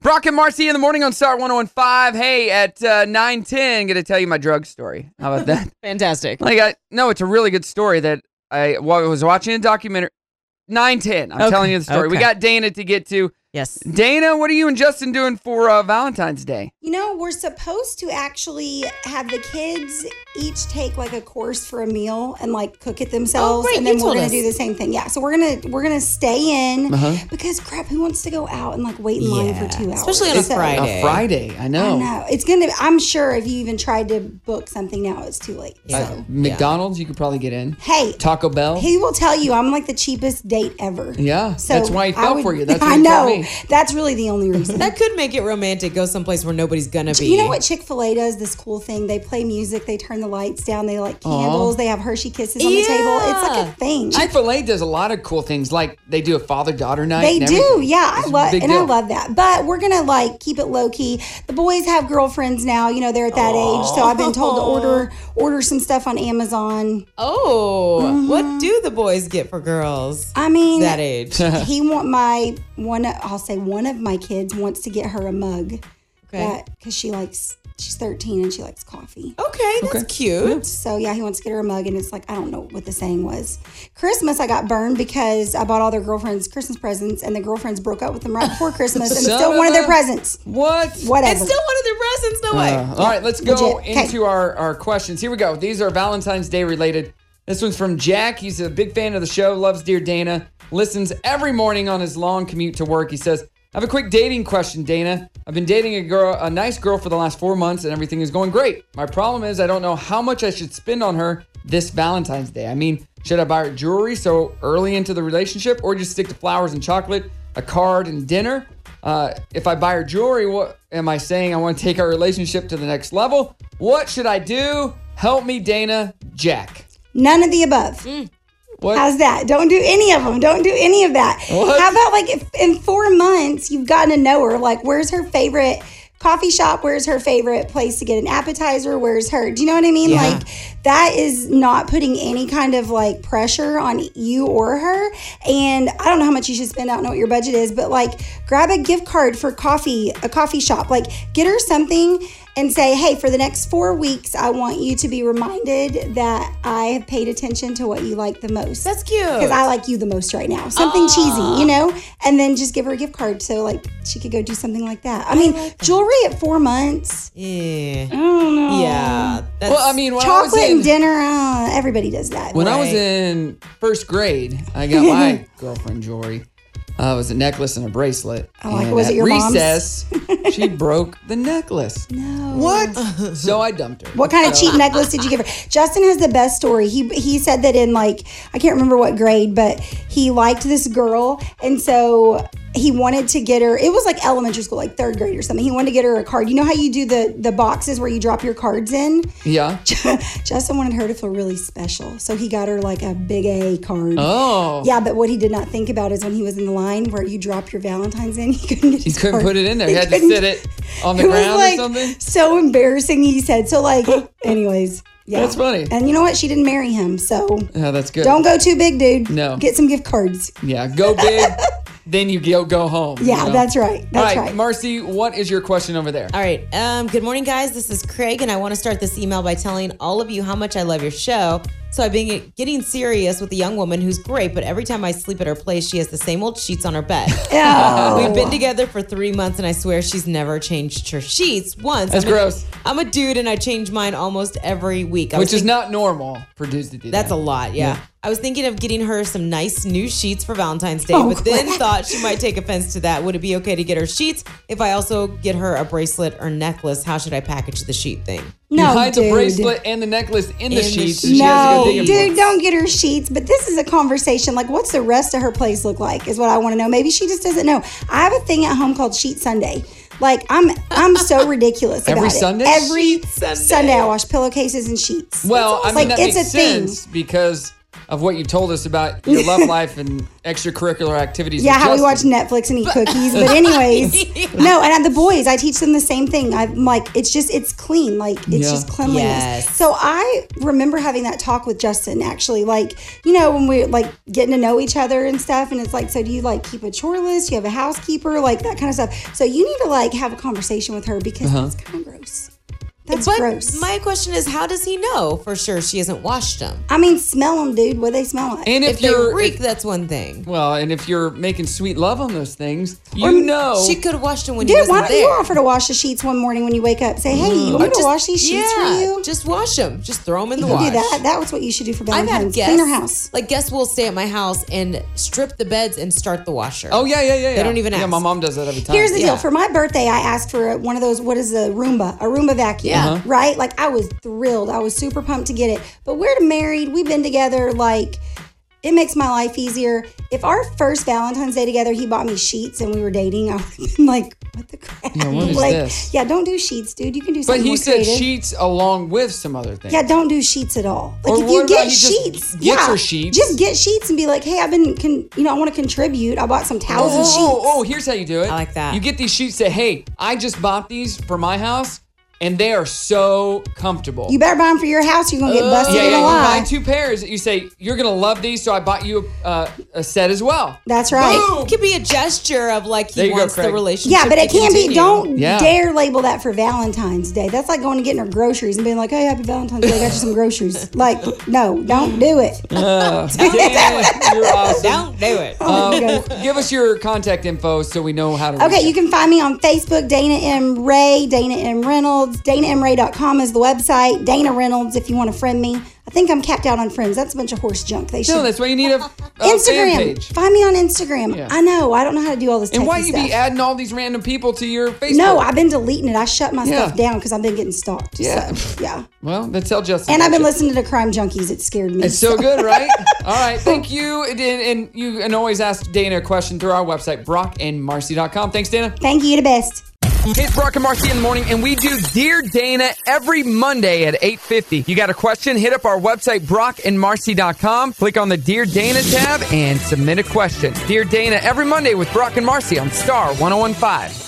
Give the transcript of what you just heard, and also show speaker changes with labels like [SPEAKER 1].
[SPEAKER 1] Brock and Marcy in the morning on Star 1015. Hey, at uh, 910, going to tell you my drug story. How about that?
[SPEAKER 2] Fantastic.
[SPEAKER 1] like, I, no, it's a really good story that I well, I was watching a documentary. 910. I'm
[SPEAKER 2] Okay,
[SPEAKER 1] telling you the story. We
[SPEAKER 2] okay.
[SPEAKER 1] got Dana to get to.
[SPEAKER 2] Yes.
[SPEAKER 1] Dana, what are you and Justin doing for uh, Valentine's Day?
[SPEAKER 3] You know, we're supposed to actually have the kids each take like a course for a meal and like cook it themselves,
[SPEAKER 2] Oh, great,
[SPEAKER 3] and then
[SPEAKER 2] you
[SPEAKER 3] we're
[SPEAKER 2] told
[SPEAKER 3] gonna
[SPEAKER 2] us.
[SPEAKER 3] do the same thing. Yeah, so we're gonna we're gonna stay in
[SPEAKER 1] Uh-huh.
[SPEAKER 3] because crap, who wants to go out and like wait in line for two
[SPEAKER 2] Yeah,
[SPEAKER 3] hours,
[SPEAKER 2] especially on a
[SPEAKER 3] So-
[SPEAKER 2] Friday.
[SPEAKER 1] A Friday. I
[SPEAKER 3] I
[SPEAKER 1] know. Uh,
[SPEAKER 3] know it's gonna. I'm sure if you even tried to book something now, it's too late.
[SPEAKER 1] Uh,
[SPEAKER 3] So
[SPEAKER 1] McDonald's, you could probably get in.
[SPEAKER 3] hey,
[SPEAKER 1] Taco Bell.
[SPEAKER 3] he will tell you I'm like the cheapest date ever.
[SPEAKER 1] Yeah, that's why he
[SPEAKER 3] I
[SPEAKER 1] fell
[SPEAKER 3] would-
[SPEAKER 1] for you. That's what
[SPEAKER 3] I
[SPEAKER 1] he told
[SPEAKER 3] know.
[SPEAKER 1] me.
[SPEAKER 3] That's really the only reason.
[SPEAKER 2] That could make it romantic. Go someplace where nobody's gonna be.
[SPEAKER 3] You know what Chick Fil A does? This cool thing. They play music. They turn the lights down. They light candles. They have Hershey kisses on the
[SPEAKER 2] Yeah.
[SPEAKER 3] table. It's like a thing.
[SPEAKER 1] Chick Fil A does a lot of cool things, like they do a father daughter night.
[SPEAKER 3] they
[SPEAKER 1] and
[SPEAKER 3] do,
[SPEAKER 1] everything.
[SPEAKER 3] yeah.
[SPEAKER 1] It's
[SPEAKER 3] I
[SPEAKER 1] a
[SPEAKER 3] love
[SPEAKER 1] big
[SPEAKER 3] and I
[SPEAKER 1] deal.
[SPEAKER 3] love that. But we're gonna like keep it low key. The boys have girlfriends now. You know they're at that age. So I've been told to order order some stuff on Amazon.
[SPEAKER 2] Oh, what do the boys get for girls
[SPEAKER 3] Mm-hmm. I mean,
[SPEAKER 2] that age?
[SPEAKER 3] he want my one. I'll say one of my kids wants to get her a mug.
[SPEAKER 2] Okay.
[SPEAKER 3] because she likes. She's 13 and she likes coffee.
[SPEAKER 2] Okay, that's cute.
[SPEAKER 3] So yeah, he wants to get her a mug, and it's like I don't know what the saying was. Christmas, I got burned because I bought all their girlfriends Christmas presents, and the girlfriends broke up with them right before Christmas, and
[SPEAKER 1] Son
[SPEAKER 3] still
[SPEAKER 1] of
[SPEAKER 3] wanted
[SPEAKER 1] a-
[SPEAKER 3] their presents.
[SPEAKER 1] What?
[SPEAKER 3] Whatever.
[SPEAKER 2] It's still one of their presents. No way.
[SPEAKER 3] oh.
[SPEAKER 1] Uh, all right, let's go
[SPEAKER 3] Legit. 'Kay.
[SPEAKER 1] into our, our questions. Here we go. These are Valentine's Day related. This one's from Jack. He's a big fan of the show, loves Dear Dana, listens every morning on his long commute to work. He says, I have a quick dating question, Dana. I've been dating a girl, a nice girl for the last four months, and everything is going great. My problem is I don't know how much I should spend on her this Valentine's Day. I mean, should I buy her jewelry so early into the relationship, or just stick to flowers and chocolate, a card, and dinner? Uh, if I buy her jewelry, what am I saying? I want to take our relationship to the next level. What should I do? Help me, Dana. Jack.
[SPEAKER 3] None of the above.
[SPEAKER 2] Mm-hmm.
[SPEAKER 1] What?
[SPEAKER 3] How's that? Don't do any of them. Don't do any of that.
[SPEAKER 1] What?
[SPEAKER 3] How about like if in four months you've gotten to know her? Like, where's her favorite coffee shop? Where's her favorite place to get an appetizer? Where's her? Do you know what I mean? Like, that is not putting any kind of like pressure on you or her. And I don't know how much you should spend. I don't know what your budget is, but like, grab a gift card for coffee, a coffee shop. Like, get her something. And say, hey, for the next four weeks, I want you to be reminded that I have paid attention to what you like the most
[SPEAKER 2] That's cute.
[SPEAKER 3] because I like you the most right now. Something cheesy, you know? And then just give her a gift card so like she could go do something like that. I mean, jewelry at four months.
[SPEAKER 2] yeah.
[SPEAKER 3] I don't know.
[SPEAKER 2] Yeah. That's,
[SPEAKER 1] Well, I mean, when I was
[SPEAKER 3] Chocolate
[SPEAKER 1] in
[SPEAKER 3] and dinner, uh, everybody does that.
[SPEAKER 1] when I was
[SPEAKER 2] Right.
[SPEAKER 1] in first grade, I got my girlfriend jewelry. Uh, it was a necklace and a bracelet.
[SPEAKER 3] Oh, like,
[SPEAKER 1] and
[SPEAKER 3] was it
[SPEAKER 1] at
[SPEAKER 3] your mom's?
[SPEAKER 1] recess, she broke the necklace.
[SPEAKER 3] No.
[SPEAKER 1] What? so I dumped her.
[SPEAKER 3] What kind of cheap necklace did you give her? Justin has the best story. He he said that in like I can't remember what grade, but he liked this girl, and so he wanted to get her. It was like elementary school, like third grade or something. He wanted to get her a card. You know how you do the the boxes where you drop your cards in?
[SPEAKER 1] Yeah.
[SPEAKER 3] Justin wanted her to feel really special, so he got her like a big A card.
[SPEAKER 1] Oh.
[SPEAKER 3] Yeah, but what he did not think about is when he was in the line where you drop your Valentine's in, he couldn't. Get
[SPEAKER 1] He couldn't put it in there. He had to
[SPEAKER 3] couldn't.
[SPEAKER 1] sit it on the
[SPEAKER 3] it
[SPEAKER 1] ground
[SPEAKER 3] was like
[SPEAKER 1] or something.
[SPEAKER 3] so embarrassing. He said so. Like, anyways, yeah,
[SPEAKER 1] That's funny.
[SPEAKER 3] And you know what? She didn't marry him, so
[SPEAKER 1] Yeah, that's good.
[SPEAKER 3] don't go too big, dude.
[SPEAKER 1] No.
[SPEAKER 3] get some gift cards.
[SPEAKER 1] Yeah, go big, then you go go home.
[SPEAKER 3] Yeah,
[SPEAKER 1] you know?
[SPEAKER 3] that's right. That's
[SPEAKER 1] All right,
[SPEAKER 3] right.
[SPEAKER 1] Marcy, what is your question over there?
[SPEAKER 2] All right. Um, good morning, guys. This is Craig, and I want to start this email by telling all of you how much I love your show. So I've been getting serious with a young woman who's great, but every time I sleep at her place, she has the same old sheets on her bed.
[SPEAKER 3] Oh.
[SPEAKER 2] We've been together for three months, and I swear she's never changed her sheets once.
[SPEAKER 1] That's
[SPEAKER 2] I'm a-
[SPEAKER 1] gross.
[SPEAKER 2] I'm a dude, and I change mine almost every week. I was
[SPEAKER 1] Which is
[SPEAKER 2] thinking-
[SPEAKER 1] not normal for dudes to do
[SPEAKER 2] That's
[SPEAKER 1] that.
[SPEAKER 2] a lot, yeah. I was thinking of getting her some nice new sheets for Valentine's Day,
[SPEAKER 1] Oh,
[SPEAKER 2] but then thought she might take offense to that. Would it be okay to get her sheets if I also get her a bracelet or necklace? How should I package the sheet thing?
[SPEAKER 1] You
[SPEAKER 3] No,
[SPEAKER 1] hide
[SPEAKER 3] dude.
[SPEAKER 1] the bracelet and the necklace in, the
[SPEAKER 2] the
[SPEAKER 1] sheets.
[SPEAKER 2] sheets.
[SPEAKER 1] and she has to go
[SPEAKER 3] No,
[SPEAKER 1] digging for it.
[SPEAKER 3] dude, don't get her sheets. But this is a conversation. Like, what's the rest of her place look like? Is what I want to know. Maybe she just doesn't know. I have a thing at home called Sheet Sunday. Like, I'm I'm so ridiculous about
[SPEAKER 1] Every
[SPEAKER 3] it.
[SPEAKER 1] Sunday?
[SPEAKER 3] Every
[SPEAKER 2] Sheet Sunday.
[SPEAKER 3] Sunday, I wash pillowcases and sheets.
[SPEAKER 1] Well, I mean,
[SPEAKER 3] like
[SPEAKER 1] that
[SPEAKER 3] it's
[SPEAKER 1] makes
[SPEAKER 3] a thing.
[SPEAKER 1] sense because of what you told us about your love life and extracurricular activities.
[SPEAKER 3] Yeah,
[SPEAKER 1] with
[SPEAKER 3] how we
[SPEAKER 1] Justin.
[SPEAKER 3] watch Netflix and eat cookies. But anyways, no, and at the boys, I teach them the same thing. I'm like, it's just it's clean, like it's
[SPEAKER 1] Yeah.
[SPEAKER 3] just cleanliness.
[SPEAKER 2] Yes.
[SPEAKER 3] So I remember having that talk with Justin actually, like you know when we're like getting to know each other and stuff, and it's like, so do you like keep a chore list? Do you have a housekeeper, like that kind of stuff. So you need to like have a conversation with her because
[SPEAKER 1] Uh-huh.
[SPEAKER 3] that's kind of gross. That's
[SPEAKER 2] But
[SPEAKER 3] gross.
[SPEAKER 2] my question is, how does he know for sure she hasn't washed them?
[SPEAKER 3] I mean, smell them, dude. What do they smell like?
[SPEAKER 1] And if,
[SPEAKER 2] If, they
[SPEAKER 1] you're
[SPEAKER 2] reek,
[SPEAKER 1] if-
[SPEAKER 2] that's one thing.
[SPEAKER 1] well, and if you're making sweet love on those things, you know
[SPEAKER 2] She could have washed them when he
[SPEAKER 3] Dude, why
[SPEAKER 2] wasn't
[SPEAKER 3] don't
[SPEAKER 2] there.
[SPEAKER 3] you offer to wash the sheets one morning when you wake up? Say, hey,
[SPEAKER 1] Mm.
[SPEAKER 3] you want me to wash these sheets
[SPEAKER 2] yeah,
[SPEAKER 3] for you?
[SPEAKER 2] Just wash them. Just throw them in the
[SPEAKER 3] You
[SPEAKER 2] wash.
[SPEAKER 3] do that. That was what you should do for
[SPEAKER 2] I've had
[SPEAKER 3] Valentine's.
[SPEAKER 2] guests.
[SPEAKER 3] Clean her house.
[SPEAKER 2] Like guests will stay at my house and strip the beds and start the washer.
[SPEAKER 1] Oh yeah, yeah, yeah.
[SPEAKER 2] They don't even
[SPEAKER 1] Yeah,
[SPEAKER 2] ask.
[SPEAKER 1] my mom does that every time.
[SPEAKER 3] Here's the
[SPEAKER 2] Uh, Yeah.
[SPEAKER 3] deal. For my birthday, I asked for a- one of those. What is a Roomba? A Roomba vacuum.
[SPEAKER 2] Yeah. Uh-huh.
[SPEAKER 3] Right. Like I was thrilled. I was super pumped to get it. But we're married. We've been together. Like it makes my life easier. If our first Valentine's Day together, he bought me sheets and we were dating. I would have been like, what the crap? Yeah.
[SPEAKER 1] what is
[SPEAKER 3] like,
[SPEAKER 1] this?
[SPEAKER 3] Yeah. Don't do sheets, dude. You can do
[SPEAKER 1] but
[SPEAKER 3] something
[SPEAKER 1] he
[SPEAKER 3] more
[SPEAKER 1] said
[SPEAKER 3] creative.
[SPEAKER 1] sheets along with some other things.
[SPEAKER 3] Yeah, don't do sheets at all. Like
[SPEAKER 1] Or
[SPEAKER 3] if
[SPEAKER 1] what
[SPEAKER 3] you
[SPEAKER 1] about
[SPEAKER 3] get
[SPEAKER 1] you just
[SPEAKER 3] sheets,
[SPEAKER 1] get
[SPEAKER 3] yeah,
[SPEAKER 1] your sheets?
[SPEAKER 3] just get sheets and be like, hey, I've been, con- you know, I want to contribute. I bought some towels
[SPEAKER 1] Oh,
[SPEAKER 3] and sheets.
[SPEAKER 1] oh, oh, here's how you do it. I
[SPEAKER 2] like that.
[SPEAKER 1] You get these sheets that, hey, I just bought these for my house, and they are so comfortable.
[SPEAKER 3] You better buy them for your house. You're gonna get busted
[SPEAKER 1] Oh. yeah,
[SPEAKER 3] in
[SPEAKER 1] yeah.
[SPEAKER 3] a
[SPEAKER 1] You buy
[SPEAKER 3] lie.
[SPEAKER 1] two pairs. You say you're gonna love these, so I bought you a, uh, a set as well.
[SPEAKER 3] That's right.
[SPEAKER 1] Boom.
[SPEAKER 2] It could be a gesture of like
[SPEAKER 1] There
[SPEAKER 2] he
[SPEAKER 1] you go,
[SPEAKER 2] wants the
[SPEAKER 1] Craig.
[SPEAKER 2] relationship.
[SPEAKER 3] Yeah, but
[SPEAKER 2] to
[SPEAKER 3] it can't be.
[SPEAKER 2] continue.
[SPEAKER 3] Don't
[SPEAKER 1] Yeah.
[SPEAKER 3] dare label that for Valentine's Day. That's like going and getting her groceries and being like, "Hey, happy Valentine's Day. I got you some groceries." Like, no, don't do it.
[SPEAKER 1] Yeah, you're awesome.
[SPEAKER 2] Don't do it.
[SPEAKER 3] Oh my God.
[SPEAKER 1] Give us your contact info so we know how to.
[SPEAKER 3] Okay, you can find me on Facebook, Dana M. Ray, Dana M. Reynolds. DanaMRay.com is the website. Dana Reynolds, if you want to friend me. I think I'm capped out on friends. That's a bunch of horse junk. They should.
[SPEAKER 1] No, that's why you need a, a fan
[SPEAKER 3] Instagram.
[SPEAKER 1] page.
[SPEAKER 3] Find me on Instagram.
[SPEAKER 1] Yeah.
[SPEAKER 3] I know. I don't know how to do all this.
[SPEAKER 1] And why
[SPEAKER 3] techie
[SPEAKER 1] you
[SPEAKER 3] stuff.
[SPEAKER 1] be adding all these random people to your Facebook?
[SPEAKER 3] No, I've been deleting it. I shut my
[SPEAKER 1] Yeah.
[SPEAKER 3] stuff down because I've been getting stalked.
[SPEAKER 1] Yeah.
[SPEAKER 3] Yeah, so, yeah.
[SPEAKER 1] Well, then tell Justin.
[SPEAKER 3] And I've been
[SPEAKER 1] about it.
[SPEAKER 3] listening to Crime Junkies. It scared me.
[SPEAKER 1] It's so good, right? All right. Thank you. And, and you can always ask Dana a question through our website, brockandmarcy.com. Thanks, Dana.
[SPEAKER 3] Thank you. You're the best.
[SPEAKER 1] Hey, it's Brock and Marcy in the morning, and we do Dear Dana every Monday at 8.50. You got a question? Hit up our website, brockandmarcy.com. Click on the Dear Dana tab and submit a question. Dear Dana every Monday with Brock and Marcy on Star 1015.